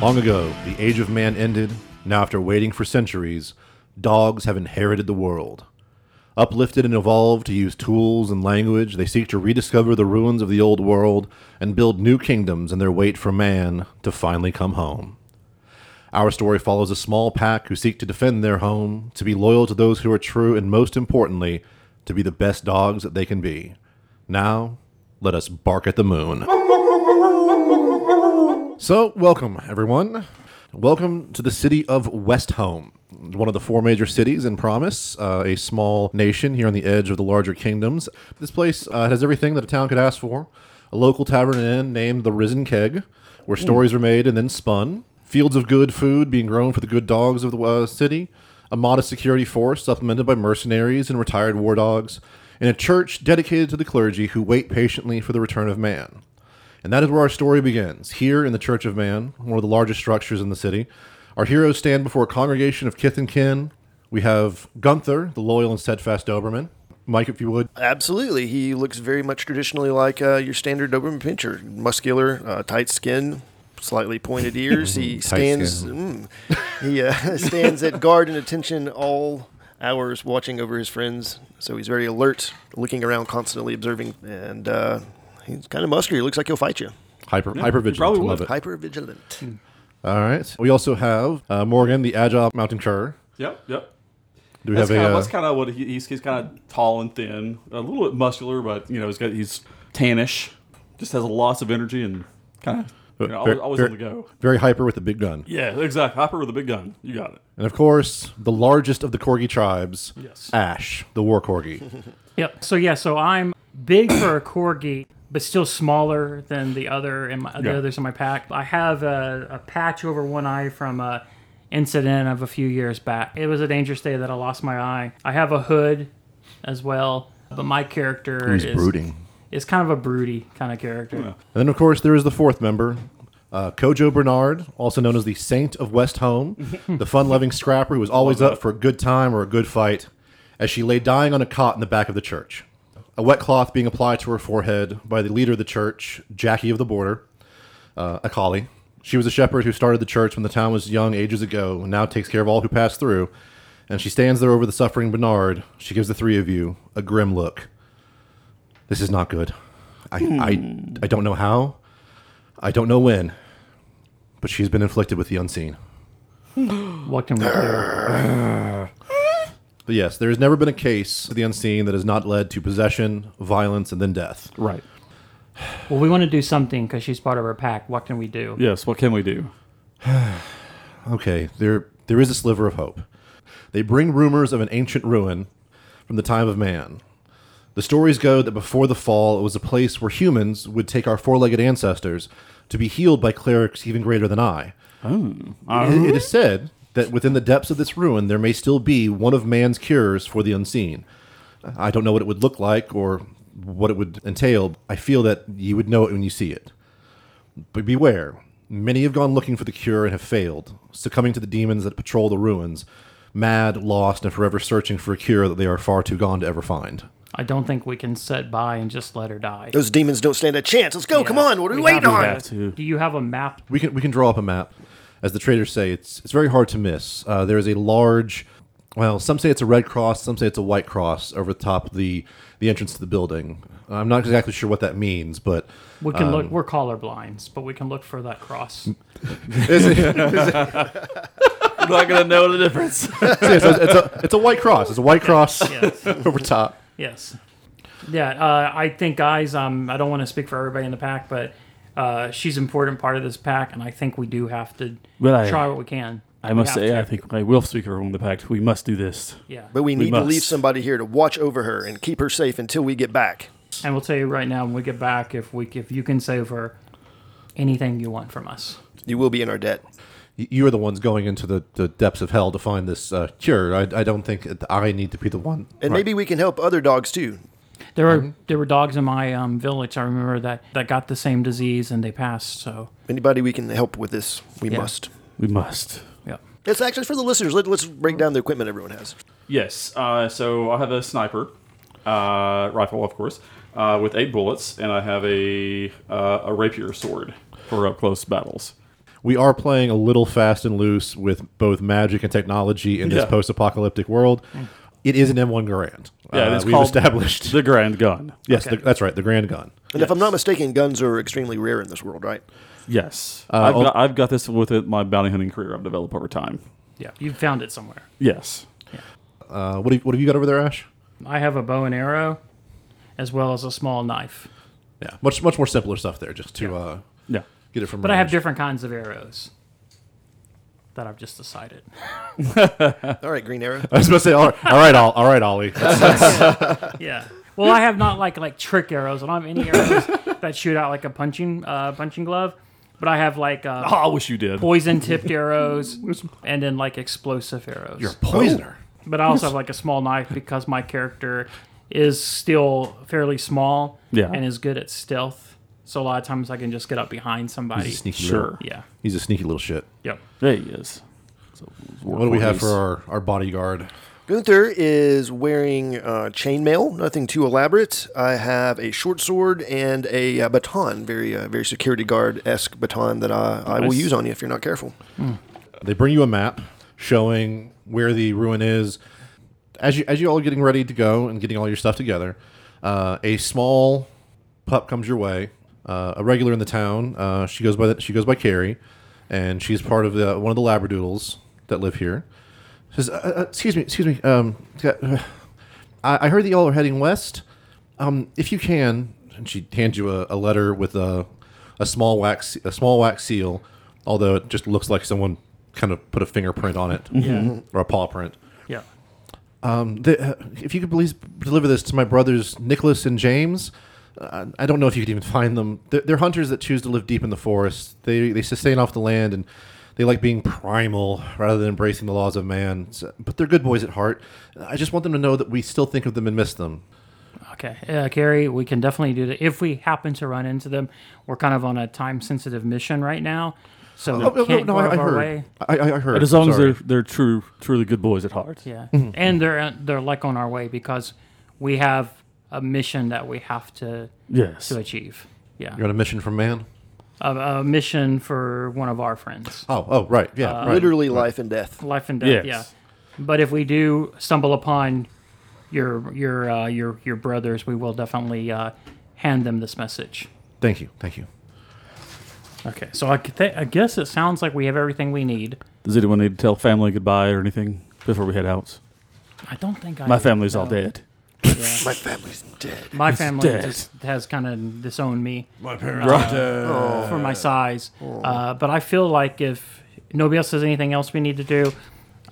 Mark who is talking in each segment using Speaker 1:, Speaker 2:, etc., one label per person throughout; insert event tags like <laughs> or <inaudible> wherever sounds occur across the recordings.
Speaker 1: Long ago, the age of man ended. Now, after waiting for centuries, dogs have inherited the world. Uplifted and evolved to use tools and language, they seek to rediscover the ruins of the old world and build new kingdoms in their wait for man to finally come home. Our story follows a small pack who seek to defend their home, to be loyal to those who are true, and most importantly, to be the best dogs that they can be. Now, let us bark at the moon. So, welcome, everyone. Welcome to the city of Westholme, one of the four major cities in Promise, uh, a small nation here on the edge of the larger kingdoms. This place uh, has everything that a town could ask for a local tavern and inn named the Risen Keg, where stories are made and then spun, fields of good food being grown for the good dogs of the uh, city, a modest security force supplemented by mercenaries and retired war dogs, and a church dedicated to the clergy who wait patiently for the return of man. And that is where our story begins, here in the Church of Man, one of the largest structures in the city. Our heroes stand before a congregation of kith and kin. We have Gunther, the loyal and steadfast Doberman. Mike, if you would.
Speaker 2: Absolutely. He looks very much traditionally like uh, your standard Doberman Pinscher. Muscular, uh, tight skin, slightly pointed ears. He stands. Mm, he uh, <laughs> stands at guard and attention all hours, watching over his friends. So he's very alert, looking around constantly, observing, and uh, he's kind of muscular. He looks like he'll fight you.
Speaker 1: Hyper, hyper vigilant.
Speaker 3: probably
Speaker 1: Love
Speaker 3: would.
Speaker 1: it.
Speaker 2: Hyper vigilant.
Speaker 1: All right. We also have uh, Morgan, the agile mountain cur.
Speaker 3: Yep, yep.
Speaker 1: Do we
Speaker 3: That's
Speaker 1: have
Speaker 3: kind, of,
Speaker 1: a. uh,
Speaker 3: that's kind of what he, he's. He's kind of tall and thin, a little bit muscular, but you know he's got he's tannish. Just has a loss of energy and kind of you know, always, always on the go.
Speaker 1: Very hyper with the big gun.
Speaker 3: Yeah, exactly. Hopper with a big gun. You got it.
Speaker 1: And of course, the largest of the corgi tribes,
Speaker 3: Yes.
Speaker 1: Ash, the war
Speaker 3: <laughs>
Speaker 1: corgi.
Speaker 4: Yep. So yeah, so I'm big for a corgi, but still smaller than the other in my,
Speaker 3: Yeah.
Speaker 4: the others in my pack. I have a, a patch over one eye from a incident of a few years back. It was a dangerous day that I lost my eye. I have a hood as well, but my character is is kind of a broody kind of character.
Speaker 1: And then, of course, there is the fourth member, uh, Kojo Bernard, also known as the Saint of West Home, the fun loving scrapper who was always up for a good time or a good fight, as she lay dying on a cot in the back of the church. A wet cloth being applied to her forehead by the leader of the church, Jackie of the Border, uh, a collie. She was a shepherd who started the church when the town was young ages ago and now takes care of all who pass through. And she stands there over the suffering Bernard. She gives the three of you a grim look. This is not good. I, I, I don't know how. I don't know when. But she's been inflicted with the unseen.
Speaker 4: What can we do?
Speaker 1: But yes, there has never been a case of the unseen that has not led to possession, violence, and then death.
Speaker 3: Right.
Speaker 4: Well, we want to do something because she's part of our pack. What can we do?
Speaker 3: Yes. What can we do?
Speaker 1: Okay, there there is a sliver of hope. They bring rumors of an ancient ruin from the time of man. The stories go that before the fall, it was a place where humans would take our four-legged ancestors to be healed by clerics even greater than I. It- it is said that within the depths of this ruin, there may still be one of man's cures for the unseen. I don't know what it would look like or what it would entail. I feel that you would know it when you see it. But beware. Many have gone looking for the cure and have failed, succumbing to the demons that patrol the ruins, mad, lost, and forever searching for a cure that they are far too gone to ever find.
Speaker 4: I don't think we can sit by and just let her die.
Speaker 2: Those demons don't stand a chance. Let's go. Oh, Come
Speaker 4: Yeah.
Speaker 2: on. What are we, waiting
Speaker 4: have
Speaker 2: on?
Speaker 4: that. Do you have a map
Speaker 1: We can we can draw up a map. As the traders say, it's it's very hard to miss. Uh, there is a large, well, some say it's a red cross, some say it's a white cross over the top of the the entrance to the building. I'm not exactly sure what that means, but <laughs>
Speaker 4: We can
Speaker 3: Um,
Speaker 4: look. We're colorblind, but we can look for
Speaker 3: <laughs>
Speaker 4: that cross.
Speaker 3: I'm not gonna know the difference.
Speaker 1: yes, it's, it's a it's a white cross. It's a white cross <laughs>
Speaker 4: yes.
Speaker 1: over top.
Speaker 4: Yes. Yeah. Uh, I think, guys. Um, I don't want to speak for everybody in the pack, but uh, she's an important part of this pack, and I think we do have to
Speaker 3: Well, I-
Speaker 4: try what we can.
Speaker 3: <laughs> I
Speaker 4: We
Speaker 3: must
Speaker 4: have
Speaker 3: say,
Speaker 4: to.
Speaker 3: I think I will speak for everyone in the pact. We must do this.
Speaker 4: Yeah.
Speaker 2: But we need to leave
Speaker 3: must.
Speaker 2: somebody here to watch over her and keep her safe until we get back.
Speaker 4: And we'll tell you right now when we get back if we if you can save her, anything you want from us.
Speaker 2: You will be in our debt.
Speaker 1: Y- You are the ones going into the, the depths of hell to find this uh, cure. I, I don't think that I need to be the one.
Speaker 2: And
Speaker 1: Right.
Speaker 2: maybe we can help other dogs too.
Speaker 4: There
Speaker 2: Mm-hmm.
Speaker 4: were there were dogs in my um, village. I remember that that got the same disease and they passed. So
Speaker 2: Anybody we can help with this, we
Speaker 4: Yeah.
Speaker 2: must.
Speaker 3: We must.
Speaker 4: yeah.
Speaker 2: It's actually for the listeners. Let, let's break down the equipment everyone has.
Speaker 3: Yes. Uh, so I have a sniper uh, rifle, of course, uh, with eight bullets, and I have a uh, a rapier sword for up close battles.
Speaker 1: we are playing a little fast and loose with both magic and technology in this
Speaker 3: Yeah. Mm.
Speaker 1: post-apocalyptic world. It is an M1 Garand.
Speaker 3: Yeah,
Speaker 1: Uh,
Speaker 3: it's
Speaker 1: we've
Speaker 3: called
Speaker 1: established.
Speaker 3: The Grand Gun.
Speaker 1: <laughs> yes, the, that's right. The Grand Gun.
Speaker 2: And if I'm not mistaken, guns are extremely rare in this world, right? <laughs>
Speaker 3: Yes, I've,
Speaker 1: oh-
Speaker 3: got, I've got this with it, my bounty hunting career I've developed over time.
Speaker 4: Yeah, you found it somewhere.
Speaker 3: Yes,
Speaker 1: Uh, what, have, what have you got over there, Ash?
Speaker 4: I have a bow and arrow, as well as a small knife.
Speaker 1: Yeah, much much more simpler stuff there, just to uh,
Speaker 3: yeah.
Speaker 1: get it from.
Speaker 4: But I have
Speaker 1: range.
Speaker 4: different kinds of arrows that I've just decided. <laughs>
Speaker 2: All right, Green Arrow.
Speaker 1: <laughs> I was about to say, all right, all right, Ol- all right, Ollie. That's-
Speaker 4: Yeah. Well, I have not like like trick arrows. I don't have any arrows that shoot out like a punching uh, punching glove, but I have like uh,
Speaker 3: Oh, I wish you did.
Speaker 4: poison tipped arrows and then like explosive arrows.
Speaker 1: you're a poisoner.
Speaker 4: But I also have like a small knife because my character is still fairly small
Speaker 3: Yeah.
Speaker 4: and is good at stealth. So a lot of times I can just get up behind somebody.
Speaker 1: sneaky
Speaker 3: Oh, Sure.
Speaker 4: Yeah.
Speaker 1: He's a sneaky little shit.
Speaker 4: Yep.
Speaker 3: There he is. So,
Speaker 1: What do we have for our, our bodyguard?
Speaker 2: Gunther is wearing uh, chainmail, nothing too elaborate. I have a short sword and a uh, baton, very uh, very security guard esque baton that I, I will
Speaker 3: Nice.
Speaker 2: use on you if you're not careful.
Speaker 1: They bring you a map showing where the ruin is. As you as you all are getting ready to go and getting all your stuff together, uh, a small pup comes your way. Uh, a regular in the town. Uh, she goes by the, she goes by Carrie, and she's part of the, one of the Labradoodles that live here. Says, uh, uh, "Excuse me, excuse me. Um, I, I heard that y'all are heading west. Um, if you can." And she hands you a, a letter with a, a small wax a small wax seal, although it just looks like someone kind of put a fingerprint on it
Speaker 4: Yeah.
Speaker 1: or a paw print.
Speaker 4: Yeah.
Speaker 1: The, uh, if you could please deliver this to my brothers Nicholas and James. Uh, I don't know if you could even find them. They're, they're hunters that choose to live deep in the forest. They they sustain off the land and they like being primal rather than embracing the laws of man. So- but they're good boys at heart. I just want them to know that we still think of them and miss them.
Speaker 4: Okay. Uh, Carrie, we can definitely do that. If we happen to run into them, we're kind of on a time sensitive mission right now. So
Speaker 1: Oh,
Speaker 4: we can't go out
Speaker 1: I, I
Speaker 4: of our
Speaker 1: heard.
Speaker 4: way.
Speaker 1: I, I I heard.
Speaker 3: But as long
Speaker 1: Sorry.
Speaker 3: as they're they're true, truly good boys at heart.
Speaker 4: Yeah, and they're uh, they're like on our way because we have a mission that we have to
Speaker 3: Yes.
Speaker 4: to achieve. Yeah,
Speaker 1: you're on a mission from man.
Speaker 4: a, a mission for one of our friends,
Speaker 1: Oh oh right yeah
Speaker 4: Uh,
Speaker 1: right.
Speaker 2: Literally life and death.
Speaker 4: life and death.
Speaker 3: Yes.
Speaker 4: Yeah, but if we do stumble upon your your uh, your your brothers, we will definitely uh, hand them this message.
Speaker 1: Thank you thank you.
Speaker 4: Okay, so I, th- I guess it sounds like we have everything we need.
Speaker 3: Does anyone need to tell family goodbye or anything before we head out?
Speaker 4: I don't think I
Speaker 3: My family's all
Speaker 4: no.
Speaker 3: dead.
Speaker 2: My family's dead.
Speaker 4: My family
Speaker 3: dead.
Speaker 4: just has kind of disowned me. uh,
Speaker 3: Right.
Speaker 4: for
Speaker 2: Oh.
Speaker 4: my size. Uh, but I feel like if nobody else has anything else we need to do,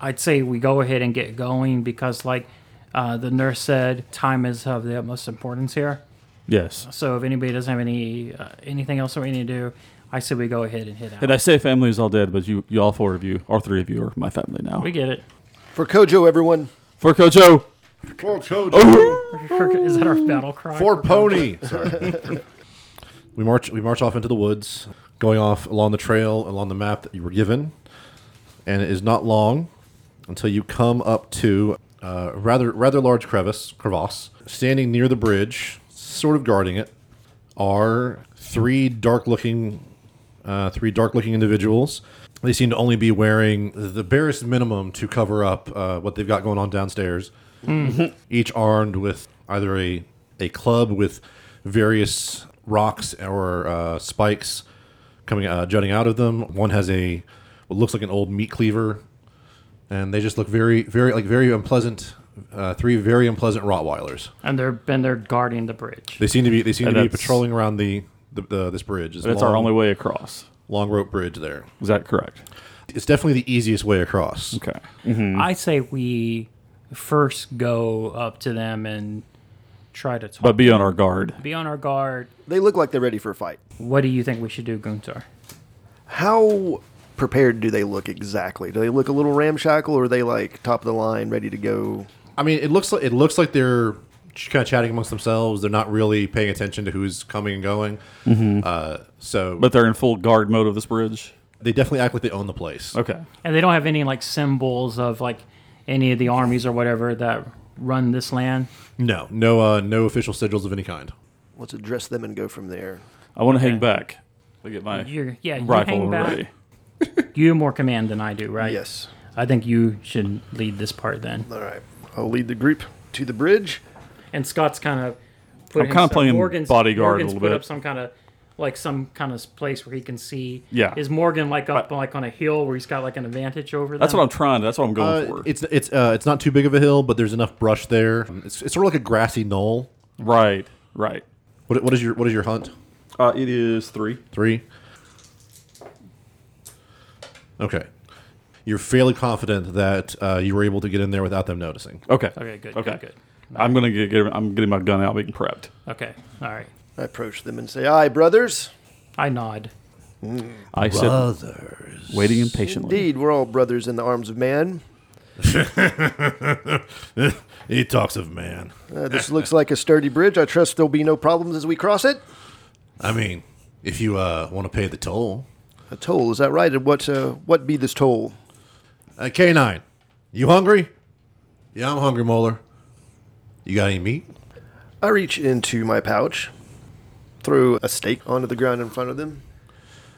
Speaker 4: I'd say we go ahead and get going because, like uh, the nurse said, time is of the utmost importance here.
Speaker 3: yes.
Speaker 4: So if anybody doesn't have any uh, anything else that we need to do, I say we go ahead and hit out.
Speaker 3: And I say family is all dead, but you, you all four of you, all three of you, are my family now.
Speaker 4: we get it.
Speaker 2: For Kojo, everyone.
Speaker 3: For Kojo.
Speaker 4: Is that our battle cry?
Speaker 1: Four pony. <laughs> Sorry. we march. We march off into the woods, going off along the trail along the map that you were given, and it is not long until you come up to uh, a rather rather large crevice crevasse. Standing near the bridge, sort of guarding it, are three dark looking uh, three dark looking individuals. They seem to only be wearing the barest minimum to cover up uh, what they've got going on downstairs. Each armed with either a, a club with various rocks or uh, spikes coming uh, jutting out of them. One has a what looks like an old meat cleaver, and they just look very very like very unpleasant. Uh, three very unpleasant Rottweilers.
Speaker 4: And they're and they're guarding the bridge.
Speaker 1: They seem to be they seem
Speaker 3: And
Speaker 1: to be
Speaker 3: that's-
Speaker 1: patrolling around the, the, the this bridge. This
Speaker 3: That's
Speaker 1: long-
Speaker 3: our only way across.
Speaker 1: long rope bridge there.
Speaker 3: Is that correct?
Speaker 1: It's definitely the easiest way across.
Speaker 3: Okay. Mm-hmm.
Speaker 4: I say we first go up to them and try to talk.
Speaker 3: But be on our guard.
Speaker 4: be on our guard.
Speaker 2: They look like they're ready for a fight.
Speaker 4: What do you think we should do, Guntar?
Speaker 2: How prepared do they look exactly? Do they look a little ramshackle or are they like top of the line, ready to go?
Speaker 1: I mean, it looks like it looks like they're kind of chatting amongst themselves. They're not really paying attention to who's coming and going. Uh, so,
Speaker 3: Mm-hmm. But they're in full guard mode of this bridge.
Speaker 1: they definitely act like they own the place.
Speaker 3: Okay.
Speaker 4: And they don't have any like symbols of like any of the armies or whatever that run this land.
Speaker 1: No, no, uh, no official sigils of any kind.
Speaker 2: Let's address them and go from there.
Speaker 3: I want to hang back. I get my
Speaker 4: You're yeah, you
Speaker 3: rifle
Speaker 4: hang back.
Speaker 3: ready.
Speaker 4: you have more command than I do, right?
Speaker 2: Yes.
Speaker 4: I think you should lead this part then.
Speaker 2: All right. I'll lead the group to the bridge.
Speaker 4: And Scott's kind of. Put
Speaker 3: I'm kinda
Speaker 4: himself-
Speaker 3: playing bodyguard a
Speaker 4: Morgan's
Speaker 3: little
Speaker 4: put
Speaker 3: bit.
Speaker 4: up some kind of like some kind of place where he can see.
Speaker 3: Yeah.
Speaker 4: Is Morgan like up like on a hill where he's got like an advantage over?
Speaker 3: That's
Speaker 4: them?
Speaker 3: what I'm trying. That's what I'm going
Speaker 1: Uh,
Speaker 3: for.
Speaker 1: it's it's uh, it's not too big of a hill, but there's enough brush there. It's, it's sort of like a grassy knoll.
Speaker 3: right, right.
Speaker 1: What, what is your what is your hunt?
Speaker 3: Uh, it is three.
Speaker 1: Three. Okay, you're fairly confident that uh, you were able to get in there without them noticing.
Speaker 3: Okay.
Speaker 4: Okay, good,
Speaker 3: Okay.
Speaker 4: good, good.
Speaker 3: I'm gonna get, get. I'm getting my gun out, being prepped.
Speaker 4: Okay. All right.
Speaker 2: I approach them and say, Aye, brothers.
Speaker 4: I nod.
Speaker 3: I
Speaker 1: uh, Brothers,
Speaker 3: said, waiting impatiently.
Speaker 2: Indeed, we're all brothers in the arms of man.
Speaker 1: <laughs> he talks of man.
Speaker 2: Uh, this looks like a sturdy bridge. I trust there'll be no problems as we cross it.
Speaker 1: I mean, if you uh, want to pay the toll,
Speaker 2: A toll, is that right? And what, uh, what be this toll?
Speaker 1: uh, K9, you hungry? Yeah, I'm hungry, Moeller. You got any meat?
Speaker 2: I reach into my pouch, throw a stake onto the ground in front of them.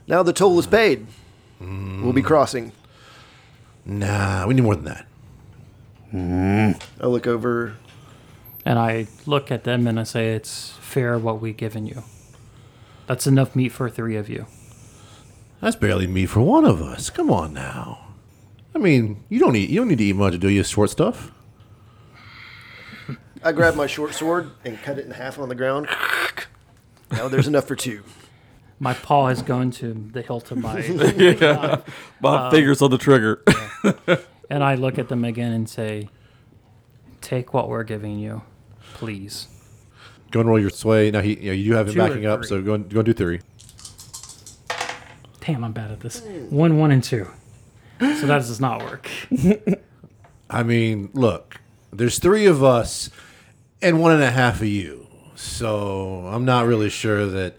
Speaker 2: Now the toll is paid. We'll be crossing.
Speaker 1: Nah, we need more than that.
Speaker 2: I look over.
Speaker 4: And I look at them and I say, It's fair what we've given you. That's enough meat for three of you.
Speaker 1: That's barely meat for one of us. Come on now. I mean, you don't eat. You don't need to eat much, do you? Short stuff.
Speaker 2: I grab my short sword and cut it in half on the ground. Now there's enough for two.
Speaker 4: My paw is going to the hilt of my.
Speaker 3: yeah.
Speaker 4: um,
Speaker 3: My fingers on the trigger. <laughs>
Speaker 4: and I look at them again and say, Take what we're giving you, please.
Speaker 1: Go and roll your sway. Now he, you, know, you do have him
Speaker 4: Two or
Speaker 1: backing up,
Speaker 4: three?
Speaker 1: so go and, go and do three.
Speaker 4: Damn, I'm bad at this. One, one, and two. So that does not work.
Speaker 1: I mean, look, there's three of us and one and a half of you, so I'm not really sure that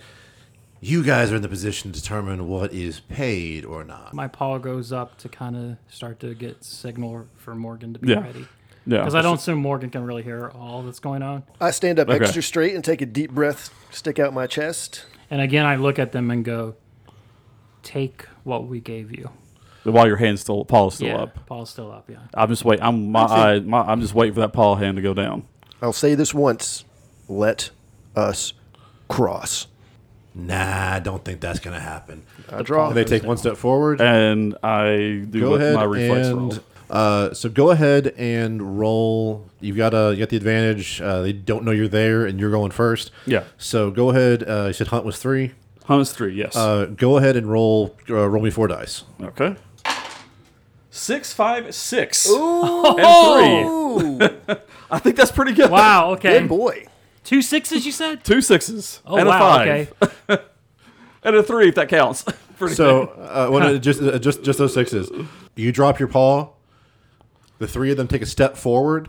Speaker 1: you guys are in the position to determine what is paid or not.
Speaker 4: My paw goes up to kind of start to get signal for Morgan to be
Speaker 3: Yeah. Oh,
Speaker 4: ready.
Speaker 3: yeah.
Speaker 4: Because I don't assume Morgan can really hear all that's going on.
Speaker 2: I stand up
Speaker 3: Okay.
Speaker 2: extra straight and take a deep breath, stick out my chest.
Speaker 4: And again, I look at them and go, Take what we gave you.
Speaker 3: While your hand's still, Paul's still
Speaker 4: yeah,
Speaker 3: up.
Speaker 4: Paul's still up, yeah.
Speaker 3: I'm just wait. I'm my, eye, my. I'm just waiting for that Paul hand to go down.
Speaker 2: I'll say this once let us cross.
Speaker 1: Nah, I don't think that's gonna happen.
Speaker 2: I draw.
Speaker 1: they take one step forward.
Speaker 3: and I do
Speaker 1: go
Speaker 3: what
Speaker 1: ahead
Speaker 3: my reflex roll.
Speaker 1: and uh, so go ahead and roll. You've got a you got the advantage. Uh, they don't know you're there, and you're going first.
Speaker 3: Yeah.
Speaker 1: So go ahead. Uh, you said hunt was three.
Speaker 3: Hunts three, yes.
Speaker 1: Uh, go ahead and roll. Uh, roll me four dice.
Speaker 3: okay. Six, five, six. And three. I think that's pretty good.
Speaker 4: Oh! Wow, okay.
Speaker 2: Good boy.
Speaker 3: <laughs>
Speaker 4: Two sixes, you said?
Speaker 3: Two sixes
Speaker 4: Oh,
Speaker 3: and
Speaker 4: wow,
Speaker 3: a five
Speaker 4: okay.
Speaker 3: <laughs> and a three if that counts. <laughs> pretty
Speaker 1: So uh, well, no, just uh, just just those sixes. You drop your paw. The three of them take a step forward,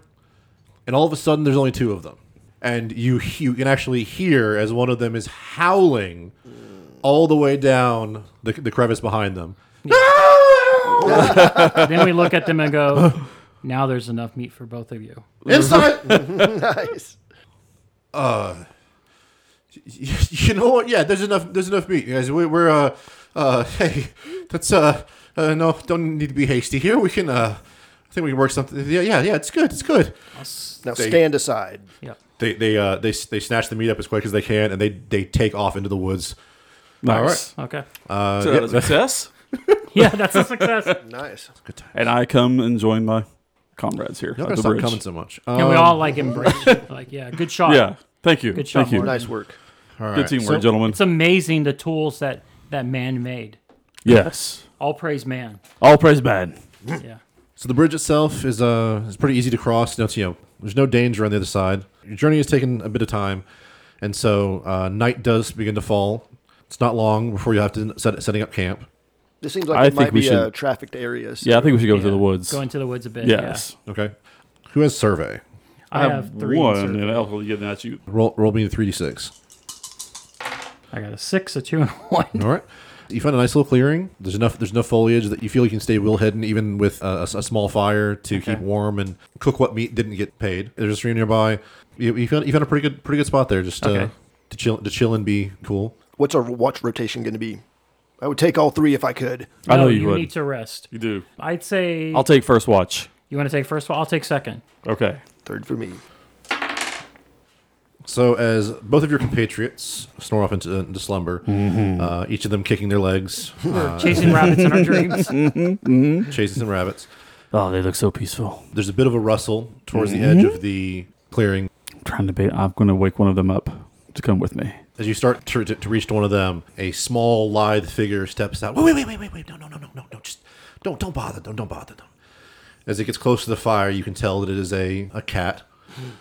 Speaker 1: and all of a sudden there's only two of them, and you he- you can actually hear as one of them is howling all the way down the, the crevice behind them. Ah!
Speaker 4: then we look at them and go, Now there's enough meat for both of you.
Speaker 1: Inside. <laughs>
Speaker 2: Nice.
Speaker 1: you know what? Yeah, there's enough. There's enough meat, guys. We, we're uh, uh, <laughs> hey, that's uh, uh, no, don't need to be hasty here. We can uh, I think we can work something. Yeah, yeah, yeah. It's good. It's good.
Speaker 2: Now
Speaker 1: They-
Speaker 2: stand aside.
Speaker 4: Yeah.
Speaker 1: They they uh they they snatch the meat up as quick as they can, and they they take off into the woods.
Speaker 3: nice.
Speaker 4: Okay.
Speaker 1: Uh,
Speaker 3: So
Speaker 1: yep,
Speaker 3: that was a success.
Speaker 4: <laughs> Yeah, that's a success. Can
Speaker 2: Nice.
Speaker 1: good time.
Speaker 3: And I come and join my comrades here.
Speaker 1: Y'all
Speaker 3: at
Speaker 1: gotta
Speaker 3: the
Speaker 1: stop
Speaker 3: bridge.
Speaker 1: coming so much.
Speaker 4: we
Speaker 1: Um,
Speaker 4: all like embrace? you? Like, yeah, good shot.
Speaker 3: Yeah. Thank you.
Speaker 4: Good shot,
Speaker 3: Thank you.
Speaker 4: Morgan.
Speaker 2: Nice work.
Speaker 1: all
Speaker 3: Good
Speaker 1: right,
Speaker 3: teamwork,
Speaker 1: so-
Speaker 3: gentlemen.
Speaker 4: It's amazing the tools that that man made.
Speaker 3: yes.
Speaker 4: All praise man.
Speaker 3: All praise bad.
Speaker 4: Yeah.
Speaker 1: So the bridge itself is uh is pretty easy to cross. No, it's, you know, there's no danger on the other side. Your journey has taken a bit of time, and so uh, night does begin to fall. It's not long before you have to set setting up camp.
Speaker 2: This seems like
Speaker 3: I
Speaker 2: it might
Speaker 3: think we
Speaker 2: be uh,
Speaker 3: should-
Speaker 2: trafficked areas.
Speaker 3: Yeah, I think we should go to
Speaker 4: Yeah.
Speaker 3: the woods.
Speaker 4: Go into the woods a bit.
Speaker 3: yes.
Speaker 1: Okay, who has survey?
Speaker 4: Yeah. I have three.
Speaker 3: one,
Speaker 4: inserted.
Speaker 3: and I'll give that to you.
Speaker 1: Roll roll me the three d six.
Speaker 4: I got a six, a two, and a one.
Speaker 1: All right. You find a nice little clearing. There's enough. There's enough foliage that you feel you can stay will hidden even with a, a small fire to keep warm and cook what meat didn't get paid. There's a stream nearby. You, you found you found a pretty good pretty good spot there just to,
Speaker 4: Okay.
Speaker 1: to chill to chill and be cool.
Speaker 2: What's our watch rotation going to be? I would take all three if I could.
Speaker 3: I know
Speaker 4: No,
Speaker 3: you would.
Speaker 4: need to rest.
Speaker 3: You do.
Speaker 4: I'd say
Speaker 3: I'll take first watch.
Speaker 4: you want to take first. Well, I'll take second.
Speaker 3: Okay.
Speaker 2: Third for me.
Speaker 1: So, as both of your compatriots snore off into, into slumber, uh, each of them kicking their legs, uh,
Speaker 4: Chasing rabbits in our dreams.
Speaker 1: chasing some rabbits,
Speaker 3: Oh, they look so peaceful.
Speaker 1: there's a bit of a rustle towards the edge of the clearing.
Speaker 3: I'm trying to be. I'm going to wake one of them up to come with me.
Speaker 1: As you start to, to, to reach to one of them, a small, lithe figure steps out. Wait, wait, wait, wait, wait, wait! No, no, no, no, no! Don't just don't don't bother! Don't don't bother! Don't. As it gets close to the fire, you can tell that it is a a cat.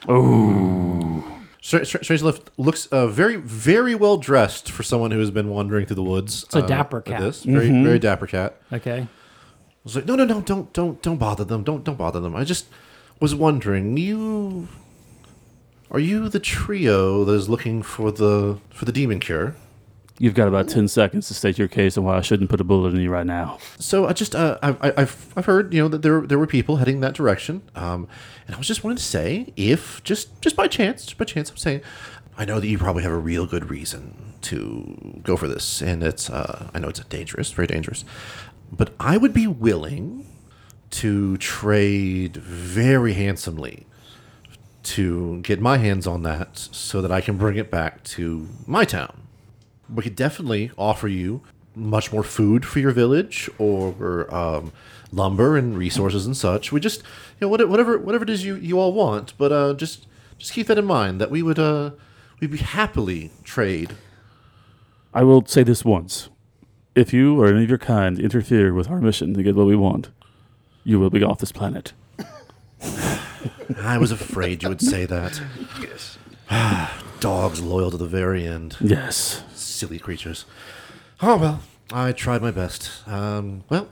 Speaker 1: Oh. Strange Lift looks uh, very, very well dressed for someone who has been wandering through the woods. It's
Speaker 4: a dapper cat.
Speaker 1: This very, very dapper cat.
Speaker 4: Okay.
Speaker 1: I was like, no, no, no, don't, don't, don't bother them. Don't, don't bother them. I just was wondering, you are you the trio that is looking for the for the demon cure?
Speaker 3: You've got about ten seconds to state your case and why I shouldn't put a bullet in you right now.
Speaker 1: So I just, uh, I, I, I've, I've heard, you know, that there there were people heading that direction, um, and I was just wanting to say, if just just by chance, just by chance, I'm saying, I know that you probably have a real good reason to go for this, and it's, uh, I know it's dangerous, very dangerous, but I would be willing to trade very handsomely to get my hands on that so that I can bring it back to my town. We could definitely offer you much more food for your village or um, lumber and resources and such. We just, you know, what- whatever whatever it is you, you all want, but uh, just just keep that in mind that we would uh, we'd be happily trade.
Speaker 3: I will say this once: if you or any of your kind interfere with our mission to get what we want, you will be off this planet.
Speaker 1: I was afraid you would say that.
Speaker 2: Yes.
Speaker 1: Dogs loyal to the very end.
Speaker 3: Yes.
Speaker 1: silly creatures. Oh well, I tried my best. Um, well,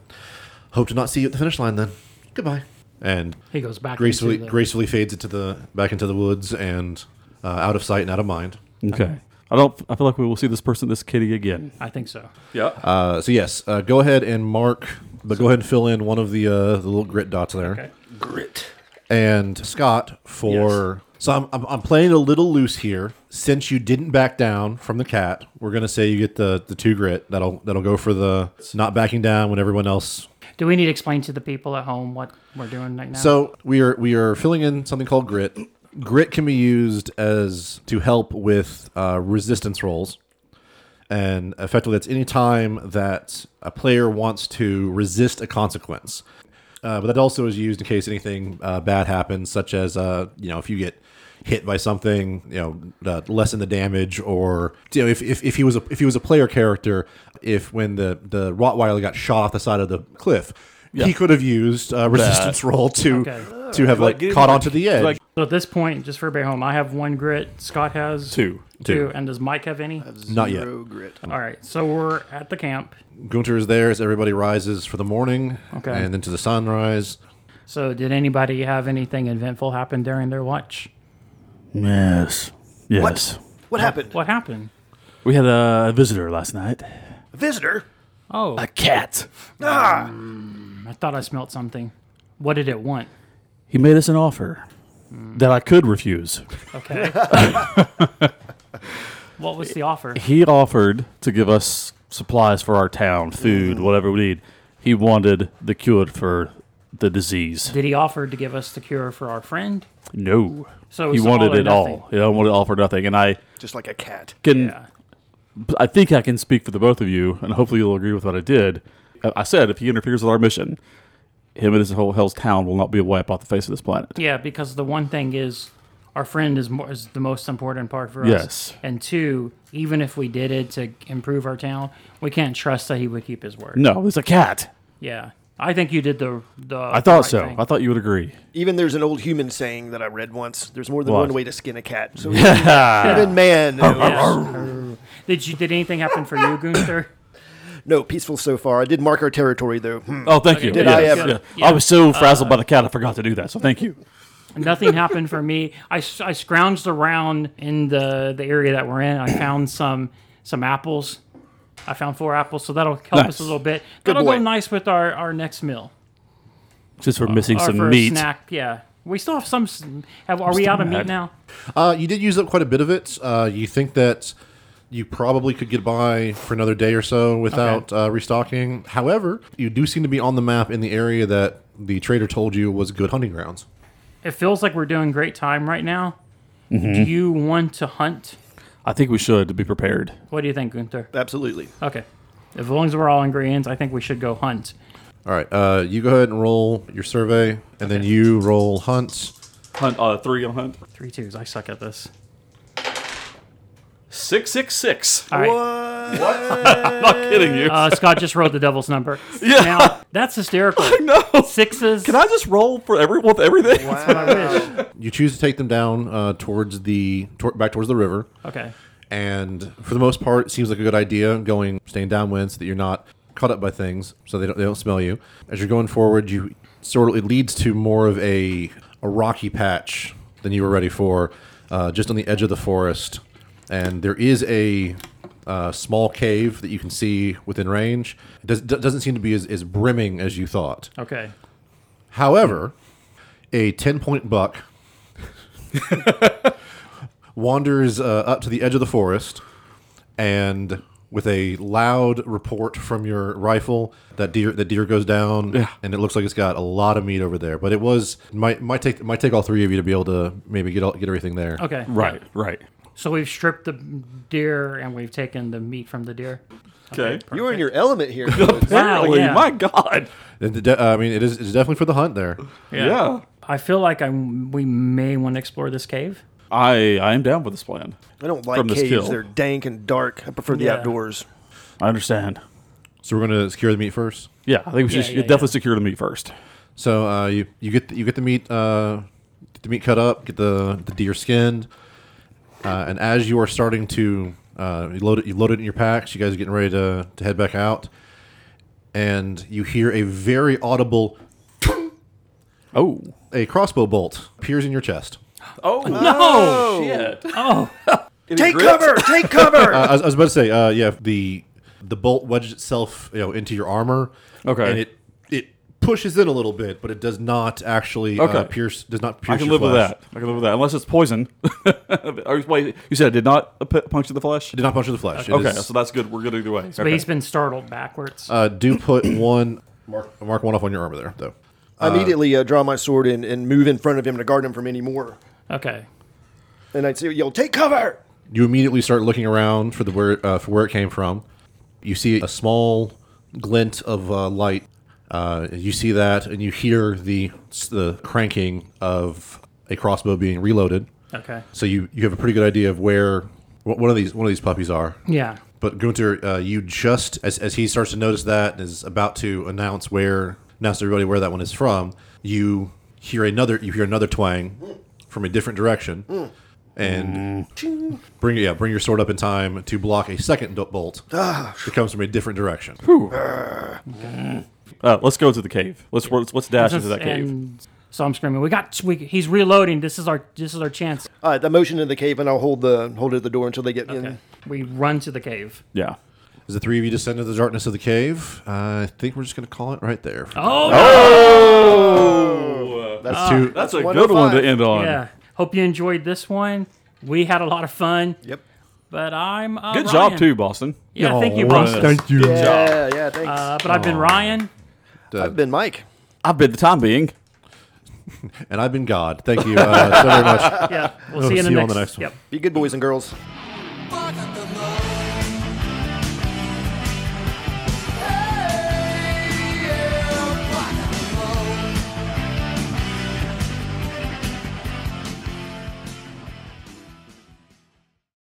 Speaker 1: hope to not see you at the finish line then. Goodbye. And
Speaker 4: He goes back.
Speaker 1: gracefully,
Speaker 4: into the-
Speaker 1: gracefully fades into the back into the woods and uh, out of sight and out of mind.
Speaker 3: Okay. I don't. I feel like we will see this person, this kitty again.
Speaker 4: I think so.
Speaker 3: Yeah.
Speaker 1: Uh, so yes, uh, go ahead and mark, but go ahead and fill in one of the uh, the little grit dots there.
Speaker 4: Okay.
Speaker 2: Grit.
Speaker 1: and Scott for. So I'm, I'm, I'm playing a little loose here. Since you didn't back down from the cat, we're gonna say you get the the two grit. That'll that'll go for the not backing down when everyone else.
Speaker 4: Do we need to explain to the people at home what we're doing right now?
Speaker 1: So we are we are filling in something called grit. Grit can be used as to help with uh, resistance rolls, and effectively that's any time that a player wants to resist a consequence. Uh, but that also is used in case anything uh, bad happens, such as uh, you know if you get hit by something, you know, uh, lessen the damage, or you know if, if, if he was a if he was a player character, if when the the Rottweiler got shot off the side of the cliff, he could have used uh, resistance roll to
Speaker 4: Okay.
Speaker 1: to have like,
Speaker 3: get
Speaker 1: caught
Speaker 3: him,
Speaker 1: onto the edge.
Speaker 3: like-
Speaker 4: So at this point, just for everybody at home, I have one grit. Scott has
Speaker 3: Two.
Speaker 1: Two.
Speaker 4: Two. And does Mike have any?
Speaker 1: Not yet.
Speaker 2: Zero grit.
Speaker 4: All right. So we're at the camp.
Speaker 1: Gunter is there as everybody rises for the morning,
Speaker 4: Okay.
Speaker 1: and then to the sunrise.
Speaker 4: So did anybody have anything eventful happen during their watch?
Speaker 3: Yes. Yes.
Speaker 2: What happened?
Speaker 4: What happened?
Speaker 3: We had a visitor last night.
Speaker 2: A visitor?
Speaker 4: Oh, I,
Speaker 3: Cat.
Speaker 2: Ah!
Speaker 4: thought I smelt something. What did it want?
Speaker 3: He made us an offer that I could refuse.
Speaker 4: Okay. what was the offer?
Speaker 3: He offered to give us supplies for our town, food,
Speaker 4: Mm-hmm.
Speaker 3: whatever we need. He wanted the cure for the disease.
Speaker 4: Did he offer to give us the cure for our friend?
Speaker 3: No.
Speaker 4: So it
Speaker 3: he
Speaker 4: was all
Speaker 3: wanted
Speaker 4: or
Speaker 3: it all. He wanted it all for nothing. And I
Speaker 2: Just like a cat.
Speaker 3: can
Speaker 4: Yeah.
Speaker 3: I think I can speak for the both of you, and hopefully you'll agree with what I did. I I said if he interferes with our mission, him and his whole hell's town will not be wiped off the face of this planet.
Speaker 4: Yeah, because the one thing is our friend is more, is the most important part for us.
Speaker 3: Yes.
Speaker 4: And two, even if we did it to improve our town, we can't trust that he would keep his word.
Speaker 3: No, it's a cat.
Speaker 4: Yeah. I think you did the the
Speaker 3: I thought so. I thought you would agree.
Speaker 2: Even there's an old human saying that I read once. There's more than
Speaker 3: What?
Speaker 2: one way to skin a cat. So even man. knows.
Speaker 4: <laughs> Did you did anything happen for you, Gunther?
Speaker 2: No, peaceful so far. I did mark our territory though. Hmm.
Speaker 3: <laughs> Oh, thank you.
Speaker 2: Did
Speaker 3: Yes,
Speaker 2: I ever-
Speaker 3: yeah. I was so frazzled by the cat, I forgot to do that. So thank you.
Speaker 4: Nothing happened for me. I, s- I scrounged around in the the area that we're in. I found some some apples. I found four apples, so that'll help us
Speaker 3: Nice.
Speaker 4: a little bit. That'll
Speaker 2: boy.
Speaker 4: go nice with our our next meal.
Speaker 3: Since we're missing
Speaker 4: or
Speaker 3: some
Speaker 4: for
Speaker 3: meat,
Speaker 4: a Uh, snack. Yeah, we still have some. s- Have, are we out of
Speaker 3: mad.
Speaker 4: meat now?
Speaker 1: Uh, you did use up quite a bit of it. Uh, you think that You probably could get by for another day or so without uh, restocking. However, you do seem to be on the map in the area that the trader told you was good hunting grounds.
Speaker 4: It feels like we're doing great time right now.
Speaker 3: Mm-hmm.
Speaker 4: Do you want to hunt?
Speaker 3: I think we should to be prepared.
Speaker 4: What do you think, Gunther?
Speaker 2: Absolutely.
Speaker 4: Okay. As long as we're all in agreement, I think we should go hunt.
Speaker 1: All right, uh, you go ahead and roll your survey, and then you roll hunt.
Speaker 3: Hunt uh, three on hunt.
Speaker 4: Three twos. I suck at this.
Speaker 3: Six six six.
Speaker 4: All right.
Speaker 3: Not kidding you.
Speaker 4: Uh, Scott just wrote the devil's number.
Speaker 3: <laughs> Yeah.
Speaker 4: Now, that's hysterical.
Speaker 3: no.
Speaker 4: Sixes.
Speaker 3: Can I just roll for every with everything?
Speaker 2: Wow.
Speaker 1: You choose to take them down uh, towards the tor- back towards the river.
Speaker 4: Okay.
Speaker 1: and for the most part, it seems like a good idea going staying downwind so that you're not caught up by things, so they don't they don't smell you. As you're going forward, you sort of it leads to more of a a rocky patch than you were ready for, uh, just on the edge of the forest, and there is a uh, small cave that you can see within range. It does, do- doesn't seem to be as, as brimming as you thought.
Speaker 4: Okay.
Speaker 1: However, a 10 point buck <laughs> wanders uh, up to the edge of the forest and with a loud report from your rifle that deer the deer goes down and it looks like it's got a lot of meat over there but it was might might take might take all three of you to be able to maybe get all, get everything there
Speaker 4: Okay.
Speaker 3: <laughs> Right, right.
Speaker 4: So we've stripped the deer and we've taken the meat from the deer.
Speaker 3: Okay.
Speaker 2: <laughs> You're in your element here. Woods.
Speaker 3: Apparently,
Speaker 4: yeah.
Speaker 3: my God.
Speaker 1: And the de- I mean it is it's definitely for the hunt there
Speaker 3: Yeah.
Speaker 4: I feel like I we may want to explore this cave.
Speaker 3: I I am down with this plan.
Speaker 2: I don't like
Speaker 3: From this
Speaker 2: caves.
Speaker 3: kill.
Speaker 2: They're dank and dark. I prefer the
Speaker 4: Yeah.
Speaker 2: outdoors.
Speaker 3: I understand.
Speaker 1: so we're going to secure the meat first
Speaker 3: Yeah, I think we should
Speaker 4: Yeah, yeah,
Speaker 3: definitely secure the meat first.
Speaker 1: So uh, you you get the, you get the meat uh, get the meat cut up, get the the deer skinned, uh, and as you are starting to uh, you load it you load it in your packs, you guys are getting ready to to head back out, and you hear a very audible
Speaker 3: Oh.
Speaker 1: a crossbow bolt appears in your chest.
Speaker 3: Oh.
Speaker 4: Oh,
Speaker 3: Shit.
Speaker 4: oh,
Speaker 2: Take cover! Take cover!
Speaker 1: Uh, I, was, I was about to say uh, yeah the the bolt wedges itself you know into your armor.
Speaker 3: Okay.
Speaker 1: and it it pushes in a little bit, but it does not actually uh,
Speaker 3: Okay.
Speaker 1: pierce does not pierce.
Speaker 3: I can
Speaker 1: your
Speaker 3: live with
Speaker 1: flesh.
Speaker 3: that. I can live with that, unless it's poison. <laughs> Or Wait, you said it did not p- puncture the flesh.
Speaker 1: It did not punch through the flesh. It
Speaker 3: Okay,
Speaker 1: is-
Speaker 3: so that's good. We're good either way.
Speaker 4: but he's been startled backwards.
Speaker 1: Uh, do put one mark, mark one off on your armor there, though.
Speaker 2: I immediately uh, draw my sword and, and move in front of him to guard him from any more.
Speaker 4: okay.
Speaker 2: And I'd say, yo, take cover!
Speaker 1: You immediately start looking around for the where uh, for where it came from. You see a small glint of uh, light. Uh, you see that, and you hear the the cranking of a crossbow being reloaded.
Speaker 4: Okay.
Speaker 1: So you you have a pretty good idea of where wh- one of these one of these puppies are.
Speaker 4: Yeah.
Speaker 1: But Gunter, uh, you just as, as he starts to notice that and is about to announce where announce to everybody where that one is from, you hear another you hear another twang from a different direction, and bring yeah bring your sword up in time to block a second do- bolt that comes from a different direction.
Speaker 3: Uh, let's go to the cave. Let's let's, let's dash into that cave.
Speaker 4: And so I'm screaming. We got. We, he's reloading. This is our. This is our chance.
Speaker 2: All right, I motion to the cave and I'll hold the hold it at the door until they get
Speaker 4: Okay.
Speaker 2: in.
Speaker 4: We run to the cave.
Speaker 3: yeah.
Speaker 1: As the three of you descend into the darkness of the cave, uh, I think we're just gonna call it right there.
Speaker 4: Oh,
Speaker 2: That's
Speaker 1: Two-
Speaker 3: That's a good
Speaker 2: 105.
Speaker 3: one to end on.
Speaker 4: yeah. Hope you enjoyed this one. We had a lot of fun.
Speaker 2: Yep.
Speaker 4: But I'm. Uh,
Speaker 3: Good job
Speaker 4: Ryan.
Speaker 3: too, Boston.
Speaker 4: Yeah. thank you,
Speaker 1: Aw,
Speaker 4: Boston.
Speaker 1: Thank you.
Speaker 2: Yeah, yeah, thanks.
Speaker 4: Uh, but I've been Ryan.
Speaker 2: I've been Mike.
Speaker 3: I've been the time being.
Speaker 1: And I've been God. Thank you uh, so very much.
Speaker 4: Yeah. We'll see you in the
Speaker 1: see you
Speaker 4: next.
Speaker 1: on the next one.
Speaker 4: Yep.
Speaker 2: Be good boys and girls.
Speaker 5: Rock of the Lord.